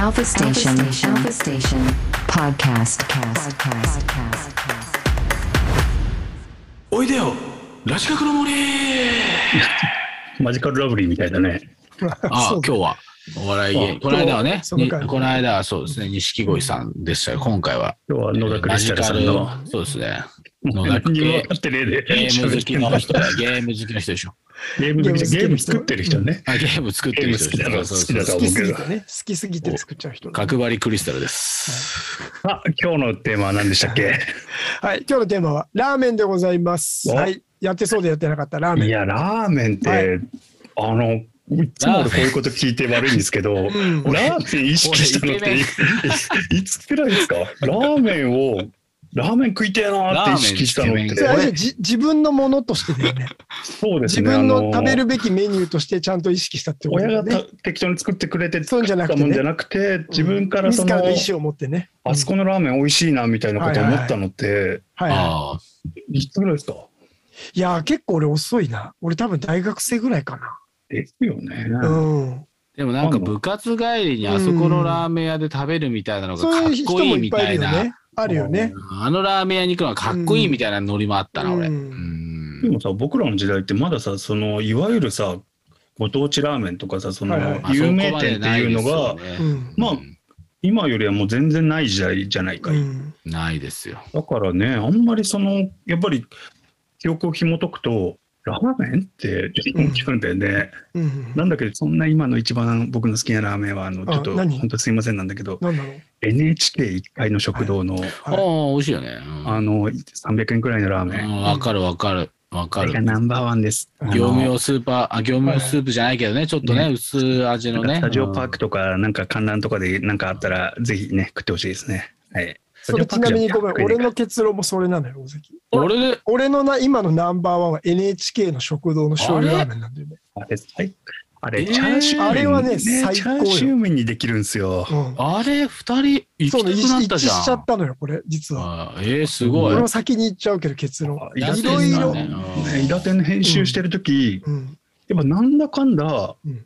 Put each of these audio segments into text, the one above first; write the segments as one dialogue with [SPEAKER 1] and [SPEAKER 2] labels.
[SPEAKER 1] Alpha Station. Alpha Station. Podcast. Cast. Podcast.
[SPEAKER 2] おいでよラジカクの森
[SPEAKER 3] マジカルラブリーみたいだね。
[SPEAKER 2] あ
[SPEAKER 4] そう
[SPEAKER 2] 今日はお笑い芸人
[SPEAKER 3] あ
[SPEAKER 2] この間はね
[SPEAKER 4] その
[SPEAKER 2] に
[SPEAKER 4] 回
[SPEAKER 2] この間はそうですね錦鯉さんでしたよ今回は
[SPEAKER 3] 今日は野田クリスチャルさ
[SPEAKER 2] ラ
[SPEAKER 3] んの。
[SPEAKER 2] ジカルそうですね
[SPEAKER 3] もう
[SPEAKER 2] 野田
[SPEAKER 3] 何
[SPEAKER 2] 系
[SPEAKER 3] にも分かってねえで。
[SPEAKER 2] ゲーム好きの人
[SPEAKER 3] ゲ
[SPEAKER 2] だゲーム好きの人でしょ
[SPEAKER 3] ーム好きじゃんゲ
[SPEAKER 4] ゲーム好きの人
[SPEAKER 3] ーム作ってる人ね。
[SPEAKER 2] あゲーム作ってる人でしょ
[SPEAKER 3] ゲーム好きだろ
[SPEAKER 2] そうそう
[SPEAKER 3] 好きだ
[SPEAKER 2] そう
[SPEAKER 3] ろ
[SPEAKER 4] 好きすぎてね、好きすぎて作っちゃう人、ね。
[SPEAKER 2] 角張りクリスタルです
[SPEAKER 3] あ、今日のテーマは何でしたっけ
[SPEAKER 4] はい、今日のテーマはラーメンでございます。
[SPEAKER 3] お
[SPEAKER 4] はい、やってそうでやってなかったラーメン。
[SPEAKER 3] いや、ラーメンって、
[SPEAKER 4] は
[SPEAKER 3] あの、いつも俺こういうこと聞いて悪いんですけど、ラ
[SPEAKER 4] ん
[SPEAKER 3] ーメン意識したのっていいつくらいですかラーメンを、ラーメン食いてえなって意識したのっ
[SPEAKER 2] ラーメンイケメン
[SPEAKER 3] て
[SPEAKER 4] それ。あれでじ自分のものとしてだよね。
[SPEAKER 3] そうです
[SPEAKER 4] 自
[SPEAKER 3] ね。
[SPEAKER 4] 分
[SPEAKER 3] あ
[SPEAKER 4] の食べるべきメニューとしてちゃんと意識したってことだ
[SPEAKER 3] 親
[SPEAKER 4] よ
[SPEAKER 3] がた
[SPEAKER 4] ね。
[SPEAKER 3] 適当に作ってくれて
[SPEAKER 4] そう
[SPEAKER 3] 作
[SPEAKER 4] じゃな
[SPEAKER 3] っ
[SPEAKER 4] くて
[SPEAKER 3] た
[SPEAKER 4] ね
[SPEAKER 3] もんじゃなくて自分からそ
[SPEAKER 4] 自
[SPEAKER 3] の
[SPEAKER 4] らの意思を持ってね。
[SPEAKER 3] あそこのラーメン美味しいなみたいなことを思ったのって
[SPEAKER 4] はいはい、
[SPEAKER 2] ああ
[SPEAKER 3] いつぐらいですか
[SPEAKER 4] いやー結構俺遅いな。俺多分大学生ぐらいか
[SPEAKER 3] ですよね。
[SPEAKER 4] な。うん。
[SPEAKER 2] でもなんか部活帰りにあそこのラーメン屋で食べるみたいなのがか
[SPEAKER 4] そう
[SPEAKER 2] っ
[SPEAKER 4] いう人
[SPEAKER 2] こい
[SPEAKER 4] もい
[SPEAKER 2] い
[SPEAKER 4] っ
[SPEAKER 2] み
[SPEAKER 4] ぱ
[SPEAKER 2] た
[SPEAKER 4] いい
[SPEAKER 2] い
[SPEAKER 4] るよ
[SPEAKER 2] な
[SPEAKER 4] ね。あるよね。
[SPEAKER 2] あのラーメン屋に行くのがかっこいいみたいなノリもあったな、俺。
[SPEAKER 4] う
[SPEAKER 2] うん
[SPEAKER 3] で
[SPEAKER 2] ん。
[SPEAKER 3] もさ僕らの時代ってまださそのいわゆるさご当地ラーメンとかさその
[SPEAKER 4] はいはい
[SPEAKER 2] あそ
[SPEAKER 3] 有
[SPEAKER 2] こ
[SPEAKER 3] 名
[SPEAKER 2] ま
[SPEAKER 3] 店
[SPEAKER 2] で
[SPEAKER 3] って
[SPEAKER 2] ない
[SPEAKER 3] いう
[SPEAKER 2] で
[SPEAKER 3] の
[SPEAKER 2] すよ
[SPEAKER 3] が
[SPEAKER 2] ね
[SPEAKER 4] うん。
[SPEAKER 3] まあ
[SPEAKER 2] うん
[SPEAKER 3] 今よりはもう全然ない時代じゃないか
[SPEAKER 4] う
[SPEAKER 3] い、
[SPEAKER 4] ん。
[SPEAKER 2] ないですよ。
[SPEAKER 3] だからねあんまりそのやっぱり記憶を紐解くとラーメンって聞くんだよね。
[SPEAKER 4] うん。
[SPEAKER 3] なんだけど、そんな今の一番僕の好きなラーメンは、あの、
[SPEAKER 4] あ
[SPEAKER 3] ちょっと、
[SPEAKER 4] 何
[SPEAKER 3] 本当すいませんなんだけど、
[SPEAKER 4] なんだろう。
[SPEAKER 3] NHK1 階の食堂の、
[SPEAKER 2] ああ、
[SPEAKER 4] はい
[SPEAKER 2] 美味しいよね。うん
[SPEAKER 3] あの、300円くらいのラー
[SPEAKER 2] う
[SPEAKER 3] メン。
[SPEAKER 2] んわ、かるわかるわ
[SPEAKER 3] あ
[SPEAKER 2] か
[SPEAKER 3] れが
[SPEAKER 2] る。
[SPEAKER 3] ナンバーワンです。あの
[SPEAKER 2] 業務用スーパー、あ、業務用スープじゃないけどね、ちょっとね、
[SPEAKER 3] ね
[SPEAKER 2] 薄い味の
[SPEAKER 3] なんか
[SPEAKER 2] ね。
[SPEAKER 3] スタジオパークとか、なんか観覧とかでなんかあったら、ぜひね、食ってほしいですね。はい。
[SPEAKER 4] それちなみにごめん、俺の
[SPEAKER 3] ス
[SPEAKER 4] 結論もそれなのよ、大関。
[SPEAKER 2] うん俺で、
[SPEAKER 4] 俺のな今のナンバーワンは NHK の食堂の醤油ラーメンなんだよね。
[SPEAKER 3] タジオパークじゃなくてあれ最あれ、
[SPEAKER 2] えー
[SPEAKER 3] チャーシュー麺
[SPEAKER 4] あれはね最高よ
[SPEAKER 3] チャーシュー麺にできるんですよ。
[SPEAKER 4] うん
[SPEAKER 2] あれ、二人、行
[SPEAKER 4] そうね、
[SPEAKER 2] き
[SPEAKER 4] 一
[SPEAKER 2] たくなった
[SPEAKER 4] 致
[SPEAKER 2] じゃ
[SPEAKER 4] しちゃ
[SPEAKER 2] ん
[SPEAKER 4] っ。たのよ、これ、実は。
[SPEAKER 2] あえー、すごい
[SPEAKER 4] 俺。も先に言っちゃうけど、結論。
[SPEAKER 3] イラ
[SPEAKER 2] 安
[SPEAKER 3] テ
[SPEAKER 2] い
[SPEAKER 3] ン
[SPEAKER 2] で
[SPEAKER 3] が
[SPEAKER 4] い
[SPEAKER 2] すから
[SPEAKER 4] ろ
[SPEAKER 2] ね
[SPEAKER 3] ね
[SPEAKER 2] うん
[SPEAKER 3] イラテンの編集してる時
[SPEAKER 4] うん。
[SPEAKER 3] やっぱなんだかんだ、
[SPEAKER 4] うん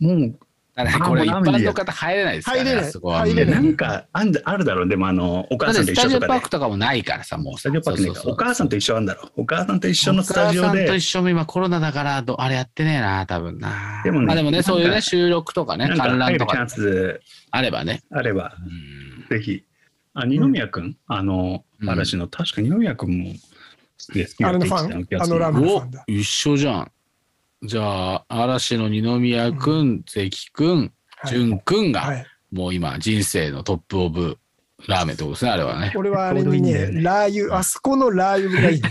[SPEAKER 3] もう
[SPEAKER 2] だからね
[SPEAKER 3] あ
[SPEAKER 2] これ、一
[SPEAKER 3] もうラーメンで
[SPEAKER 2] 般
[SPEAKER 3] いいや
[SPEAKER 2] の方入れないですから
[SPEAKER 4] 入
[SPEAKER 2] ね、
[SPEAKER 4] れない
[SPEAKER 2] あそこは
[SPEAKER 4] 入れ
[SPEAKER 3] で
[SPEAKER 4] な
[SPEAKER 3] ないんかあんだあるだろうでもあのお
[SPEAKER 2] だ
[SPEAKER 3] 母
[SPEAKER 2] っ
[SPEAKER 3] さ
[SPEAKER 2] て
[SPEAKER 3] んと
[SPEAKER 2] スタ
[SPEAKER 3] 一
[SPEAKER 2] ジ
[SPEAKER 3] 緒
[SPEAKER 2] オ
[SPEAKER 3] と
[SPEAKER 2] パ
[SPEAKER 3] か
[SPEAKER 2] ー
[SPEAKER 3] で
[SPEAKER 2] クとかもないからさ、もう
[SPEAKER 3] ス
[SPEAKER 2] さ。
[SPEAKER 3] タジオパークね
[SPEAKER 2] そうそうそう
[SPEAKER 3] お母さんと一緒なんだろうお母さんと一緒のスタジ
[SPEAKER 2] お
[SPEAKER 3] オ
[SPEAKER 2] 母さんと
[SPEAKER 3] で
[SPEAKER 2] 一緒も今コロナだからど、あれやってねえな、多分な。
[SPEAKER 3] でもね
[SPEAKER 2] まあでも
[SPEAKER 3] な
[SPEAKER 2] ね、
[SPEAKER 3] んか
[SPEAKER 2] そういうね、収録とかね
[SPEAKER 3] な、んか
[SPEAKER 2] 観
[SPEAKER 3] 入
[SPEAKER 2] 覧
[SPEAKER 3] るチ
[SPEAKER 2] と
[SPEAKER 3] ャ
[SPEAKER 2] か
[SPEAKER 3] ンス
[SPEAKER 2] あればね。
[SPEAKER 3] あれば
[SPEAKER 2] うん
[SPEAKER 3] ぜひあ二宮君、あの
[SPEAKER 2] うん
[SPEAKER 3] 嵐の確か二宮君も好きで好きだ
[SPEAKER 4] あれ
[SPEAKER 3] って
[SPEAKER 4] のファ
[SPEAKER 3] 言ってた
[SPEAKER 4] ン
[SPEAKER 3] 気がす
[SPEAKER 4] あの
[SPEAKER 3] る
[SPEAKER 4] ラーメン
[SPEAKER 2] お
[SPEAKER 4] さんだ
[SPEAKER 2] 一緒じゃん。じゃあ、嵐の二宮くん、関くん、
[SPEAKER 4] はい
[SPEAKER 2] 淳くんが、
[SPEAKER 4] はい。
[SPEAKER 2] もう今、人生のトップオブラーメンってことですね、あれはね。
[SPEAKER 4] 俺はあれに
[SPEAKER 3] ちょうどいいんだよ
[SPEAKER 4] ね、
[SPEAKER 3] ね
[SPEAKER 4] ラー油、あそこのラー油がいい ね。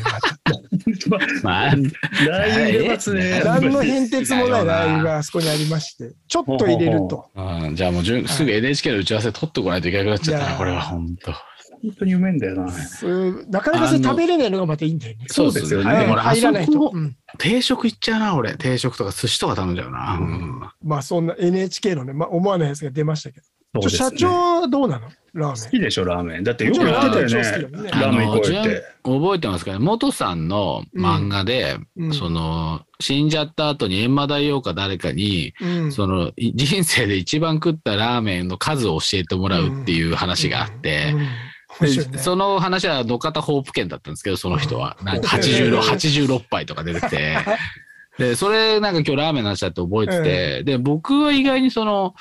[SPEAKER 4] また
[SPEAKER 2] まあ、
[SPEAKER 3] ラー油入れますね
[SPEAKER 2] え
[SPEAKER 4] 何の変哲もないラー 油があそこにありまして、ちょっと入れると。
[SPEAKER 2] うんじゃあもう淳、すぐ NHK の打ち合わせ取ってこないといけなくなっちゃっ
[SPEAKER 4] い
[SPEAKER 2] た
[SPEAKER 4] や
[SPEAKER 2] な、
[SPEAKER 4] ー
[SPEAKER 2] これは本当。
[SPEAKER 3] 本当にうめえんだよな
[SPEAKER 4] うんなかなかそれ食べれないのがまたいいんだよね。
[SPEAKER 3] そうですよね
[SPEAKER 2] そう
[SPEAKER 4] は
[SPEAKER 2] でも
[SPEAKER 4] い
[SPEAKER 2] 俺、あ
[SPEAKER 4] 入
[SPEAKER 2] そ
[SPEAKER 4] らないと
[SPEAKER 2] こ。
[SPEAKER 4] うん
[SPEAKER 2] 定食行っちゃうな、俺。定食とか寿司とか頼んじゃうな。うん
[SPEAKER 4] まあそんな NHK のね、まあ思わないやつが出ましたけど。
[SPEAKER 3] そう
[SPEAKER 4] ち
[SPEAKER 3] で
[SPEAKER 4] ょ
[SPEAKER 3] すね
[SPEAKER 4] 社長はどうなのラ
[SPEAKER 3] 好
[SPEAKER 4] ーメ
[SPEAKER 3] きでしょラーメンだってよく
[SPEAKER 2] もち
[SPEAKER 3] 言
[SPEAKER 2] ろん
[SPEAKER 3] ってたよ
[SPEAKER 4] ラーメン超好きだもん
[SPEAKER 3] ね
[SPEAKER 4] ね
[SPEAKER 3] ラーメン行こうっ
[SPEAKER 2] あ
[SPEAKER 3] て
[SPEAKER 2] 覚えてますかね元さんの漫画で、
[SPEAKER 4] ン。うん
[SPEAKER 2] その、死んじゃった後に閻魔大王か誰かに、
[SPEAKER 4] うん
[SPEAKER 2] その、い人生で一番食ったラーメンの数を教えてもらうっていう話があって
[SPEAKER 4] うん、うん面白いね
[SPEAKER 2] でその話は野方ホープ県だったんですけど、その人は。なんか
[SPEAKER 4] う
[SPEAKER 2] 86、
[SPEAKER 4] ん
[SPEAKER 2] 86杯とか出てて。で、それなんか今日ラーメンの話だって覚えてて、で、僕は意外にその、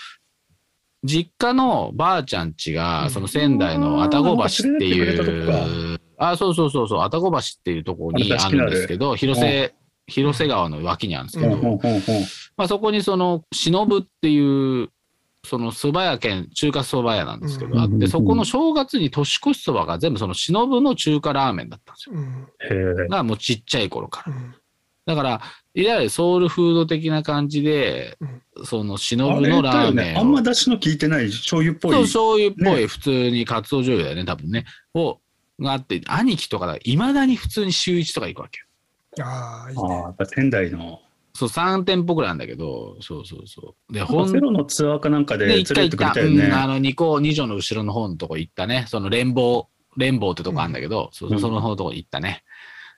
[SPEAKER 2] 実家のばあちゃんち
[SPEAKER 4] う
[SPEAKER 2] が、
[SPEAKER 4] ん
[SPEAKER 2] その仙台の愛宕橋って
[SPEAKER 3] あーなんか連れてってくれた
[SPEAKER 2] いう、あ、そうそうそうそう、愛宕橋っていうところに
[SPEAKER 3] あれ
[SPEAKER 2] あ
[SPEAKER 3] 確か
[SPEAKER 2] る
[SPEAKER 3] にあ
[SPEAKER 2] ん
[SPEAKER 3] る
[SPEAKER 2] ですけど、広瀬、広瀬川の脇にあるんですけ
[SPEAKER 3] うん
[SPEAKER 2] ど、
[SPEAKER 3] うんうんうん
[SPEAKER 2] まあ、そこにその忍ぶっていうその蕎麦屋兼中華蕎麦屋なんですけど、
[SPEAKER 4] うん
[SPEAKER 2] あっ
[SPEAKER 3] うんう
[SPEAKER 2] て
[SPEAKER 3] ん
[SPEAKER 2] そこの正月に年越しそばが全部その忍の中華ラーメンだったんですよ。
[SPEAKER 4] うん
[SPEAKER 3] へえ
[SPEAKER 2] がもうちっちゃい頃か
[SPEAKER 4] う
[SPEAKER 2] ら。
[SPEAKER 4] ん
[SPEAKER 2] だからいわゆるソウルフード的な感じで
[SPEAKER 4] うん
[SPEAKER 2] その
[SPEAKER 3] あ
[SPEAKER 2] 忍
[SPEAKER 3] れ
[SPEAKER 2] のラー
[SPEAKER 3] だよ
[SPEAKER 2] メ
[SPEAKER 3] ねあ
[SPEAKER 2] ン
[SPEAKER 3] ん
[SPEAKER 2] を
[SPEAKER 3] ま出汁の効いてない醤油っぽい
[SPEAKER 2] そう醤油っぽい、
[SPEAKER 3] ね
[SPEAKER 2] 普通にカツオ醤油だよね多分ねをがあって兄貴とかいまだに普通に週1とか行くわけよ。
[SPEAKER 4] ああ、いい
[SPEAKER 3] ああ、
[SPEAKER 4] ね
[SPEAKER 3] や。っぱ仙台の。
[SPEAKER 2] そう3店舗ぐらいなんだけどそうそうそう。で
[SPEAKER 3] なんかセロのツアーかなんかで
[SPEAKER 2] で、
[SPEAKER 3] 連れ
[SPEAKER 2] 一
[SPEAKER 3] て
[SPEAKER 2] 回
[SPEAKER 3] っ
[SPEAKER 2] 行っ
[SPEAKER 3] てくれ
[SPEAKER 2] た。
[SPEAKER 3] たよ
[SPEAKER 2] うん、あ
[SPEAKER 3] ね。
[SPEAKER 2] の、二個、二条の後ろの方のとこ行ったね。その連邦、連邦ってとこあるんだけど、そ
[SPEAKER 3] うん
[SPEAKER 2] その方のとこ行ったね。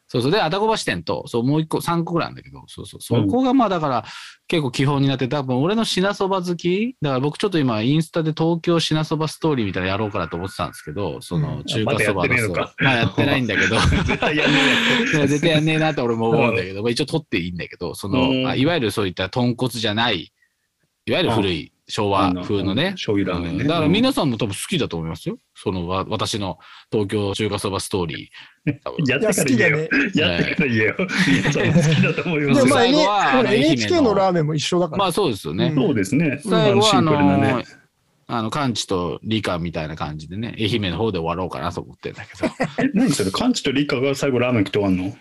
[SPEAKER 2] そうそう。で、あたこ橋店と、そう、もう一個、三個ぐらいあるんだけど、そうそう。そこがまあだから、結構基本になって、多分俺の品そば好き、だから僕ちょっと今、インスタで東京品そばストーリーみたいなのやろうかなと思ってたんですけど、その中華そばのそば。まあやってないんだけど、
[SPEAKER 3] 絶対やんね
[SPEAKER 2] いや絶対やんねえなって俺も思うんだけど、まあ一応取っていいんだけど、その、
[SPEAKER 3] うん
[SPEAKER 2] あいわゆるそういった豚骨じゃない、いわゆる古い昭和風のね、
[SPEAKER 3] 醤油ラーメンね。
[SPEAKER 2] うんだから皆さんも多分好きだと思いますよ。そのわ私の東京中華そばストーリー。多分
[SPEAKER 3] やっ
[SPEAKER 4] いや、
[SPEAKER 3] てか
[SPEAKER 4] 好
[SPEAKER 3] ら
[SPEAKER 4] き
[SPEAKER 3] 言え
[SPEAKER 4] で
[SPEAKER 3] よ。
[SPEAKER 4] ね。
[SPEAKER 2] や
[SPEAKER 3] や
[SPEAKER 2] っ
[SPEAKER 3] って
[SPEAKER 2] か
[SPEAKER 3] てから 言えよ。皆さん好きだと思い
[SPEAKER 4] で
[SPEAKER 3] ま
[SPEAKER 4] も
[SPEAKER 3] す
[SPEAKER 4] まあ、
[SPEAKER 2] 最
[SPEAKER 4] N-
[SPEAKER 2] 後は
[SPEAKER 4] ほら
[SPEAKER 2] 愛媛の
[SPEAKER 4] NHK のラーメンも一緒だ から。
[SPEAKER 2] まあそうですよね。
[SPEAKER 4] ん
[SPEAKER 3] そうですね。
[SPEAKER 2] 最後は
[SPEAKER 3] シ
[SPEAKER 2] あ
[SPEAKER 3] ンプ
[SPEAKER 2] の
[SPEAKER 3] ルなね。
[SPEAKER 2] あの、完治と理科みたいな感じでね、愛媛の方で終わろうかなと思ってんだけど。
[SPEAKER 3] え、何それカンチとリカが最後ラーメン食って終わんの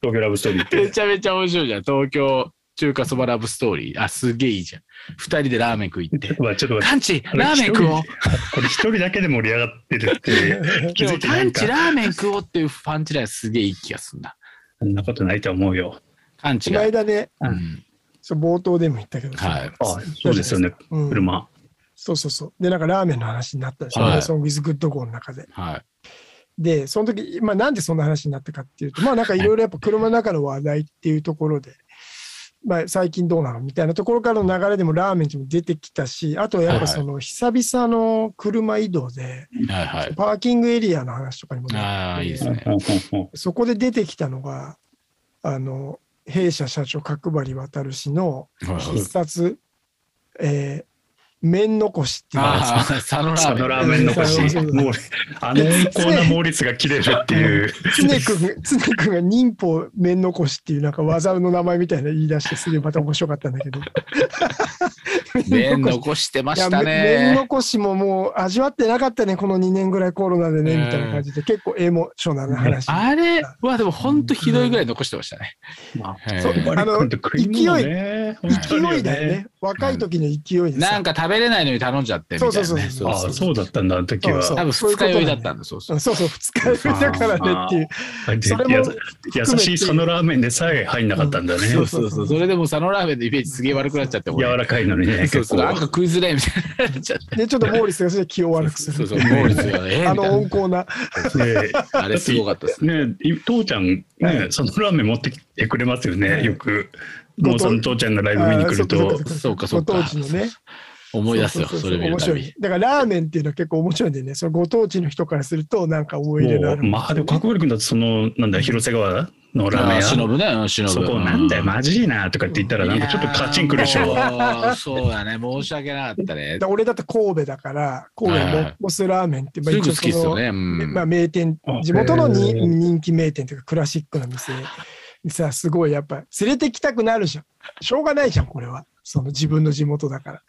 [SPEAKER 3] 東京ラブストーリーっ
[SPEAKER 2] め
[SPEAKER 3] て。
[SPEAKER 2] ちゃめちゃ面白いじゃん。東京中華そばラブストーリー。あ、すげえいいじゃん。二人でラーメン食い って。
[SPEAKER 3] うわちょっと待って
[SPEAKER 2] カンチ、ラーメン食おう。
[SPEAKER 3] これ一人だけで盛り上がってるっていう。気
[SPEAKER 2] で
[SPEAKER 3] づ
[SPEAKER 2] も
[SPEAKER 3] いてな
[SPEAKER 2] カ
[SPEAKER 3] い
[SPEAKER 2] ンチ、
[SPEAKER 3] か。
[SPEAKER 2] ラーメン食おうっていうパンチラインすげえいい気がすんな。
[SPEAKER 3] そんなことないと思うよ。
[SPEAKER 2] カンチ
[SPEAKER 4] この間
[SPEAKER 2] が。
[SPEAKER 4] ね、
[SPEAKER 2] う
[SPEAKER 3] うん
[SPEAKER 2] ん、
[SPEAKER 4] そう冒頭でも言ったけどさ、
[SPEAKER 2] はい。
[SPEAKER 3] あそうですよね。
[SPEAKER 4] うん
[SPEAKER 3] 車。
[SPEAKER 4] そうそうそう。で、なんかラーメンの話になったでしょ、
[SPEAKER 2] はい
[SPEAKER 4] マラソン・ウィズ・グッド・ゴーの中で。
[SPEAKER 2] はい。
[SPEAKER 4] で、その時、まあ、なんでそんな話になったかっていうと、まあ、なんかいろいろやっぱ車の中の話題っていうところで、まあ、最近どうなのみたいなところからの流れでもラーメンにも出てきたし、あとはやっぱその久々の車移動で、
[SPEAKER 2] はいはい。
[SPEAKER 4] パーキングエリアの話とかにもなっ
[SPEAKER 2] ああ、
[SPEAKER 4] て
[SPEAKER 2] いいです
[SPEAKER 3] うん
[SPEAKER 2] ね。
[SPEAKER 3] うんうん
[SPEAKER 4] そこで出てきたのが、あの、弊社社長角張渡氏の
[SPEAKER 2] はいはい
[SPEAKER 4] 必殺、えー麺残しっていうやつ
[SPEAKER 2] ああ、佐野ラ
[SPEAKER 3] そ
[SPEAKER 2] ーメ
[SPEAKER 3] の
[SPEAKER 2] ン。
[SPEAKER 3] ラーメン残し
[SPEAKER 4] そうそうそう
[SPEAKER 3] もうあの温厚な猛烈が切れるっていう
[SPEAKER 4] 常君が、常君が忍法面残しっていうなんか技の名前みたいな言い出してすげえまた面白かったんだけど。
[SPEAKER 2] 麺残してま
[SPEAKER 4] いや
[SPEAKER 2] した
[SPEAKER 4] 面
[SPEAKER 2] ね。
[SPEAKER 4] 残しももう味わってなかったね、この2年ぐらいコロナでね、
[SPEAKER 2] うん
[SPEAKER 4] みたいな感じで、結構エモーショナルな話。
[SPEAKER 2] あれはでも本当ひどいぐらい残してましたね。
[SPEAKER 3] まあ
[SPEAKER 2] えー
[SPEAKER 4] そう
[SPEAKER 3] やっぱり今度食い物ね
[SPEAKER 4] 勢いだよね。若い時の勢いで
[SPEAKER 2] な
[SPEAKER 4] さ
[SPEAKER 2] ん。か食べれないのに頼んじゃってみたいなね。
[SPEAKER 4] そうそうそう
[SPEAKER 3] ああそうだったんだあの時は
[SPEAKER 4] そう
[SPEAKER 2] 多分
[SPEAKER 4] そうい
[SPEAKER 2] 二
[SPEAKER 4] うことだね
[SPEAKER 2] 日酔いだったんだ、そうそう。
[SPEAKER 4] うんそうそう、二日酔いだからねっていう。
[SPEAKER 3] あで
[SPEAKER 4] それも
[SPEAKER 3] やさ優しいそのラーメンでさえ入んなかったんだね、
[SPEAKER 2] そうそうそう。それでも佐野ラーメンのイメージすげえ悪くなっちゃって、俺
[SPEAKER 3] 柔らかいのにね
[SPEAKER 2] そうそう。なんか
[SPEAKER 3] 結構
[SPEAKER 2] 食いづらいみたいになっちゃって。
[SPEAKER 4] で、ちょっとモーリスがそれで気を悪くす
[SPEAKER 2] そう
[SPEAKER 4] る
[SPEAKER 2] そう、。モーリスがね、えー
[SPEAKER 4] あ
[SPEAKER 2] み
[SPEAKER 4] の
[SPEAKER 2] たい
[SPEAKER 4] 温厚な。
[SPEAKER 3] ね
[SPEAKER 2] なあれすごかったですね。
[SPEAKER 3] ねい父ちゃん
[SPEAKER 4] は
[SPEAKER 3] ねそのラーメン持ってきてくれますよねよく
[SPEAKER 4] ごと
[SPEAKER 3] もうその父ちゃんのライブ見に来る
[SPEAKER 4] あー
[SPEAKER 3] と
[SPEAKER 2] そうかそうか
[SPEAKER 4] ご当地のね。
[SPEAKER 2] 思い出すよ、
[SPEAKER 4] そうそ
[SPEAKER 2] そ
[SPEAKER 4] うそう
[SPEAKER 2] れ見る
[SPEAKER 4] 面
[SPEAKER 2] た
[SPEAKER 4] 白
[SPEAKER 2] びに
[SPEAKER 4] い。。だからラーメンっていうのは結構面白いんでね、そのご当地の人からすると、なんか思い入れの
[SPEAKER 3] も
[SPEAKER 4] あ
[SPEAKER 3] う
[SPEAKER 4] るもの
[SPEAKER 3] まあでも角張君だってそのなんだ広瀬川のラーメ
[SPEAKER 2] あー
[SPEAKER 3] ン屋
[SPEAKER 2] 忍ぶね、うん忍ぶ。
[SPEAKER 3] そこなんだよマジいなとかって言ったらなんかちょっとカチンくるでし
[SPEAKER 2] い
[SPEAKER 3] ょ
[SPEAKER 2] やーもうそうだね、申し訳なかったね
[SPEAKER 4] だか。ら俺だって神戸だから、神戸
[SPEAKER 2] はいは
[SPEAKER 4] の
[SPEAKER 2] い
[SPEAKER 4] モスラーメンって、
[SPEAKER 2] すぐ好きっすよね。う
[SPEAKER 4] め
[SPEAKER 2] ん
[SPEAKER 4] まあ、名店
[SPEAKER 3] あ、
[SPEAKER 4] 地元のに
[SPEAKER 3] へー
[SPEAKER 4] 人気名店というか、クラシックな店にさ、すごいやっぱ、連れてきたくなるじゃん。しょうがないじゃん、これは。その自分の地元だから。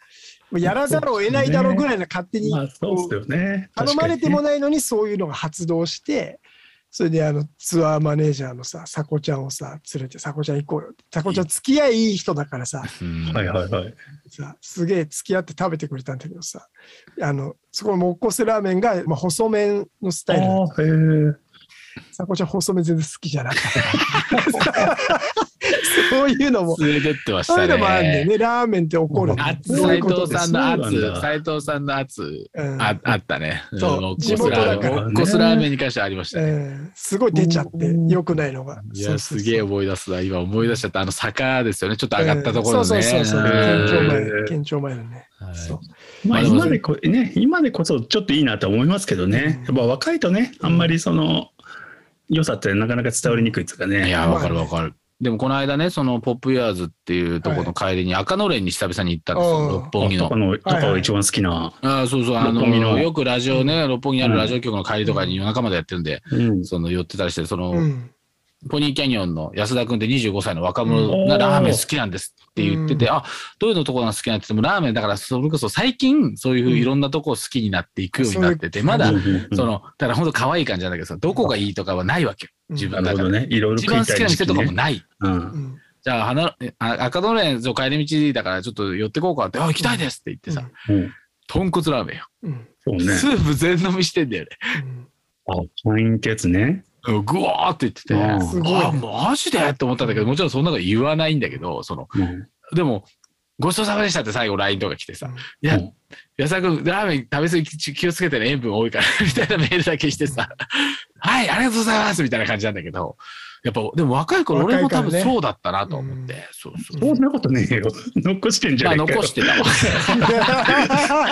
[SPEAKER 4] もうやらざるを得ないだろうぐらいな勝手に
[SPEAKER 3] まあそうっすよね
[SPEAKER 4] 頼まれてもないのにそういうのが発動して、それであのツアーマネージャーのさ、さこちゃんをさ、連れて、さこちゃん行こうよって。さこちゃん付き合いいい人だからさ、
[SPEAKER 2] うん
[SPEAKER 3] はいはいはい
[SPEAKER 4] さすげえ付き合って食べてくれたんだけどさ、あの、そこのもっこすラーメンが、まあ、細麺のスタイルなの。
[SPEAKER 3] ああへえ
[SPEAKER 4] さこちゃん細麺全然好きじゃなかった。そういうのも、
[SPEAKER 2] 連れてってまし
[SPEAKER 4] そうい
[SPEAKER 2] た
[SPEAKER 4] うのもあるんだよ
[SPEAKER 2] ね。
[SPEAKER 4] ね。ラーメンって怒る。
[SPEAKER 2] あ
[SPEAKER 4] そ
[SPEAKER 2] つ
[SPEAKER 4] うい
[SPEAKER 2] 斎
[SPEAKER 4] うこと
[SPEAKER 2] 藤
[SPEAKER 4] です
[SPEAKER 2] さんの
[SPEAKER 3] そ
[SPEAKER 2] 圧
[SPEAKER 3] うなん、だ
[SPEAKER 2] 斎藤さんの圧、
[SPEAKER 4] うん
[SPEAKER 2] ああったね。
[SPEAKER 4] そうん
[SPEAKER 2] も
[SPEAKER 4] 地
[SPEAKER 2] コ
[SPEAKER 4] 元
[SPEAKER 2] スラ
[SPEAKER 4] だ
[SPEAKER 2] ー
[SPEAKER 4] か
[SPEAKER 2] メ
[SPEAKER 4] らね
[SPEAKER 2] ンもっこすラーメンに関してはありましたね。
[SPEAKER 4] うんすごい出ちゃって、良くないのが。
[SPEAKER 2] い
[SPEAKER 4] そ
[SPEAKER 2] や、
[SPEAKER 4] うそうそう
[SPEAKER 2] すげえ思い出すな。今思い出しちゃった。あの坂ですよね。ちょっと上がったところね。
[SPEAKER 4] そうそうそうそう。
[SPEAKER 2] ん
[SPEAKER 4] 県庁前
[SPEAKER 3] う、ん
[SPEAKER 4] 県庁前のね。
[SPEAKER 2] はい
[SPEAKER 4] そう
[SPEAKER 3] ま
[SPEAKER 2] まあ
[SPEAKER 3] あ
[SPEAKER 2] でも
[SPEAKER 3] 今でこね今でこそちょっといいなと思いますけどねやっぱ若いとねあんまりその良さってなかなか伝わりにくいですか
[SPEAKER 2] い
[SPEAKER 3] ね
[SPEAKER 2] や、わかるわかる。でもこの間ね、そのポップイヤーズっていうとこの帰りに赤のれんに久々に行ったんです
[SPEAKER 4] う
[SPEAKER 2] よ、
[SPEAKER 4] ん
[SPEAKER 2] 六本木の
[SPEAKER 3] こ。のとかを一番好きな
[SPEAKER 2] ああ、そうそう、あの
[SPEAKER 3] 六本木の
[SPEAKER 2] よくラジオね、六本木にあるラジオ局の帰りとかに夜中までやってるんで、
[SPEAKER 3] うん
[SPEAKER 2] その寄ってたりして、その、
[SPEAKER 4] うん。
[SPEAKER 2] ポニーキャニオンの安田君って25歳の若者が
[SPEAKER 3] うん
[SPEAKER 2] ラーメン好きなんですって言ってて、
[SPEAKER 4] う
[SPEAKER 2] あ、どういうのところが好きなんですって言っても、ラーメンだからそれこそ最近そういうふういろんなとこを好きになっていくようになってて、まだ
[SPEAKER 3] うん、うんうん
[SPEAKER 2] その、だから本当可愛い感じなんだけどさ、どこがいいとかはないわけよ。自分
[SPEAKER 3] なる
[SPEAKER 2] だ
[SPEAKER 3] ほ
[SPEAKER 2] から。
[SPEAKER 3] どねいろいろ
[SPEAKER 2] 一
[SPEAKER 3] 食
[SPEAKER 2] 番
[SPEAKER 3] い
[SPEAKER 2] 好
[SPEAKER 3] た
[SPEAKER 2] き
[SPEAKER 3] い
[SPEAKER 2] な
[SPEAKER 3] 時
[SPEAKER 2] 店
[SPEAKER 3] 期
[SPEAKER 2] とかも
[SPEAKER 3] ね
[SPEAKER 2] ない。
[SPEAKER 3] うん
[SPEAKER 4] うん
[SPEAKER 2] じゃあ、花の、えあ赤のれん、そう帰り道だから、ちょっと寄ってこうかって、あ、行きたいですって言ってさ、
[SPEAKER 3] うん
[SPEAKER 2] 豚骨ラーメンよ。
[SPEAKER 4] うん
[SPEAKER 3] そうね
[SPEAKER 2] スープ全飲みしてんだよね。
[SPEAKER 3] あパインってやつね
[SPEAKER 2] うんぐわーって言ってて、
[SPEAKER 3] うん
[SPEAKER 4] すごい
[SPEAKER 2] あ、マジでって思ったんだけど、もちろんそんなこと言わないんだけど、その、
[SPEAKER 3] うん
[SPEAKER 2] でも、ごちそうさまでしたって最後 LINE とか来てさ、いや
[SPEAKER 3] うん、
[SPEAKER 2] 安田君、ラーメン食べ過ぎ気気をつけてね、塩分多いから、 みたいなメールだけしてさ、はい、ありがとうございますみたいな感じなんだけど、やっぱ、でも若い頃、俺も多
[SPEAKER 4] 若いから
[SPEAKER 2] 分
[SPEAKER 4] ね
[SPEAKER 2] そうだったなと思って、そうそう。
[SPEAKER 3] そんなことねえよ。残してんじ
[SPEAKER 2] ま
[SPEAKER 3] ゃ
[SPEAKER 2] あ、
[SPEAKER 3] ねえかよ
[SPEAKER 2] 残してたわ。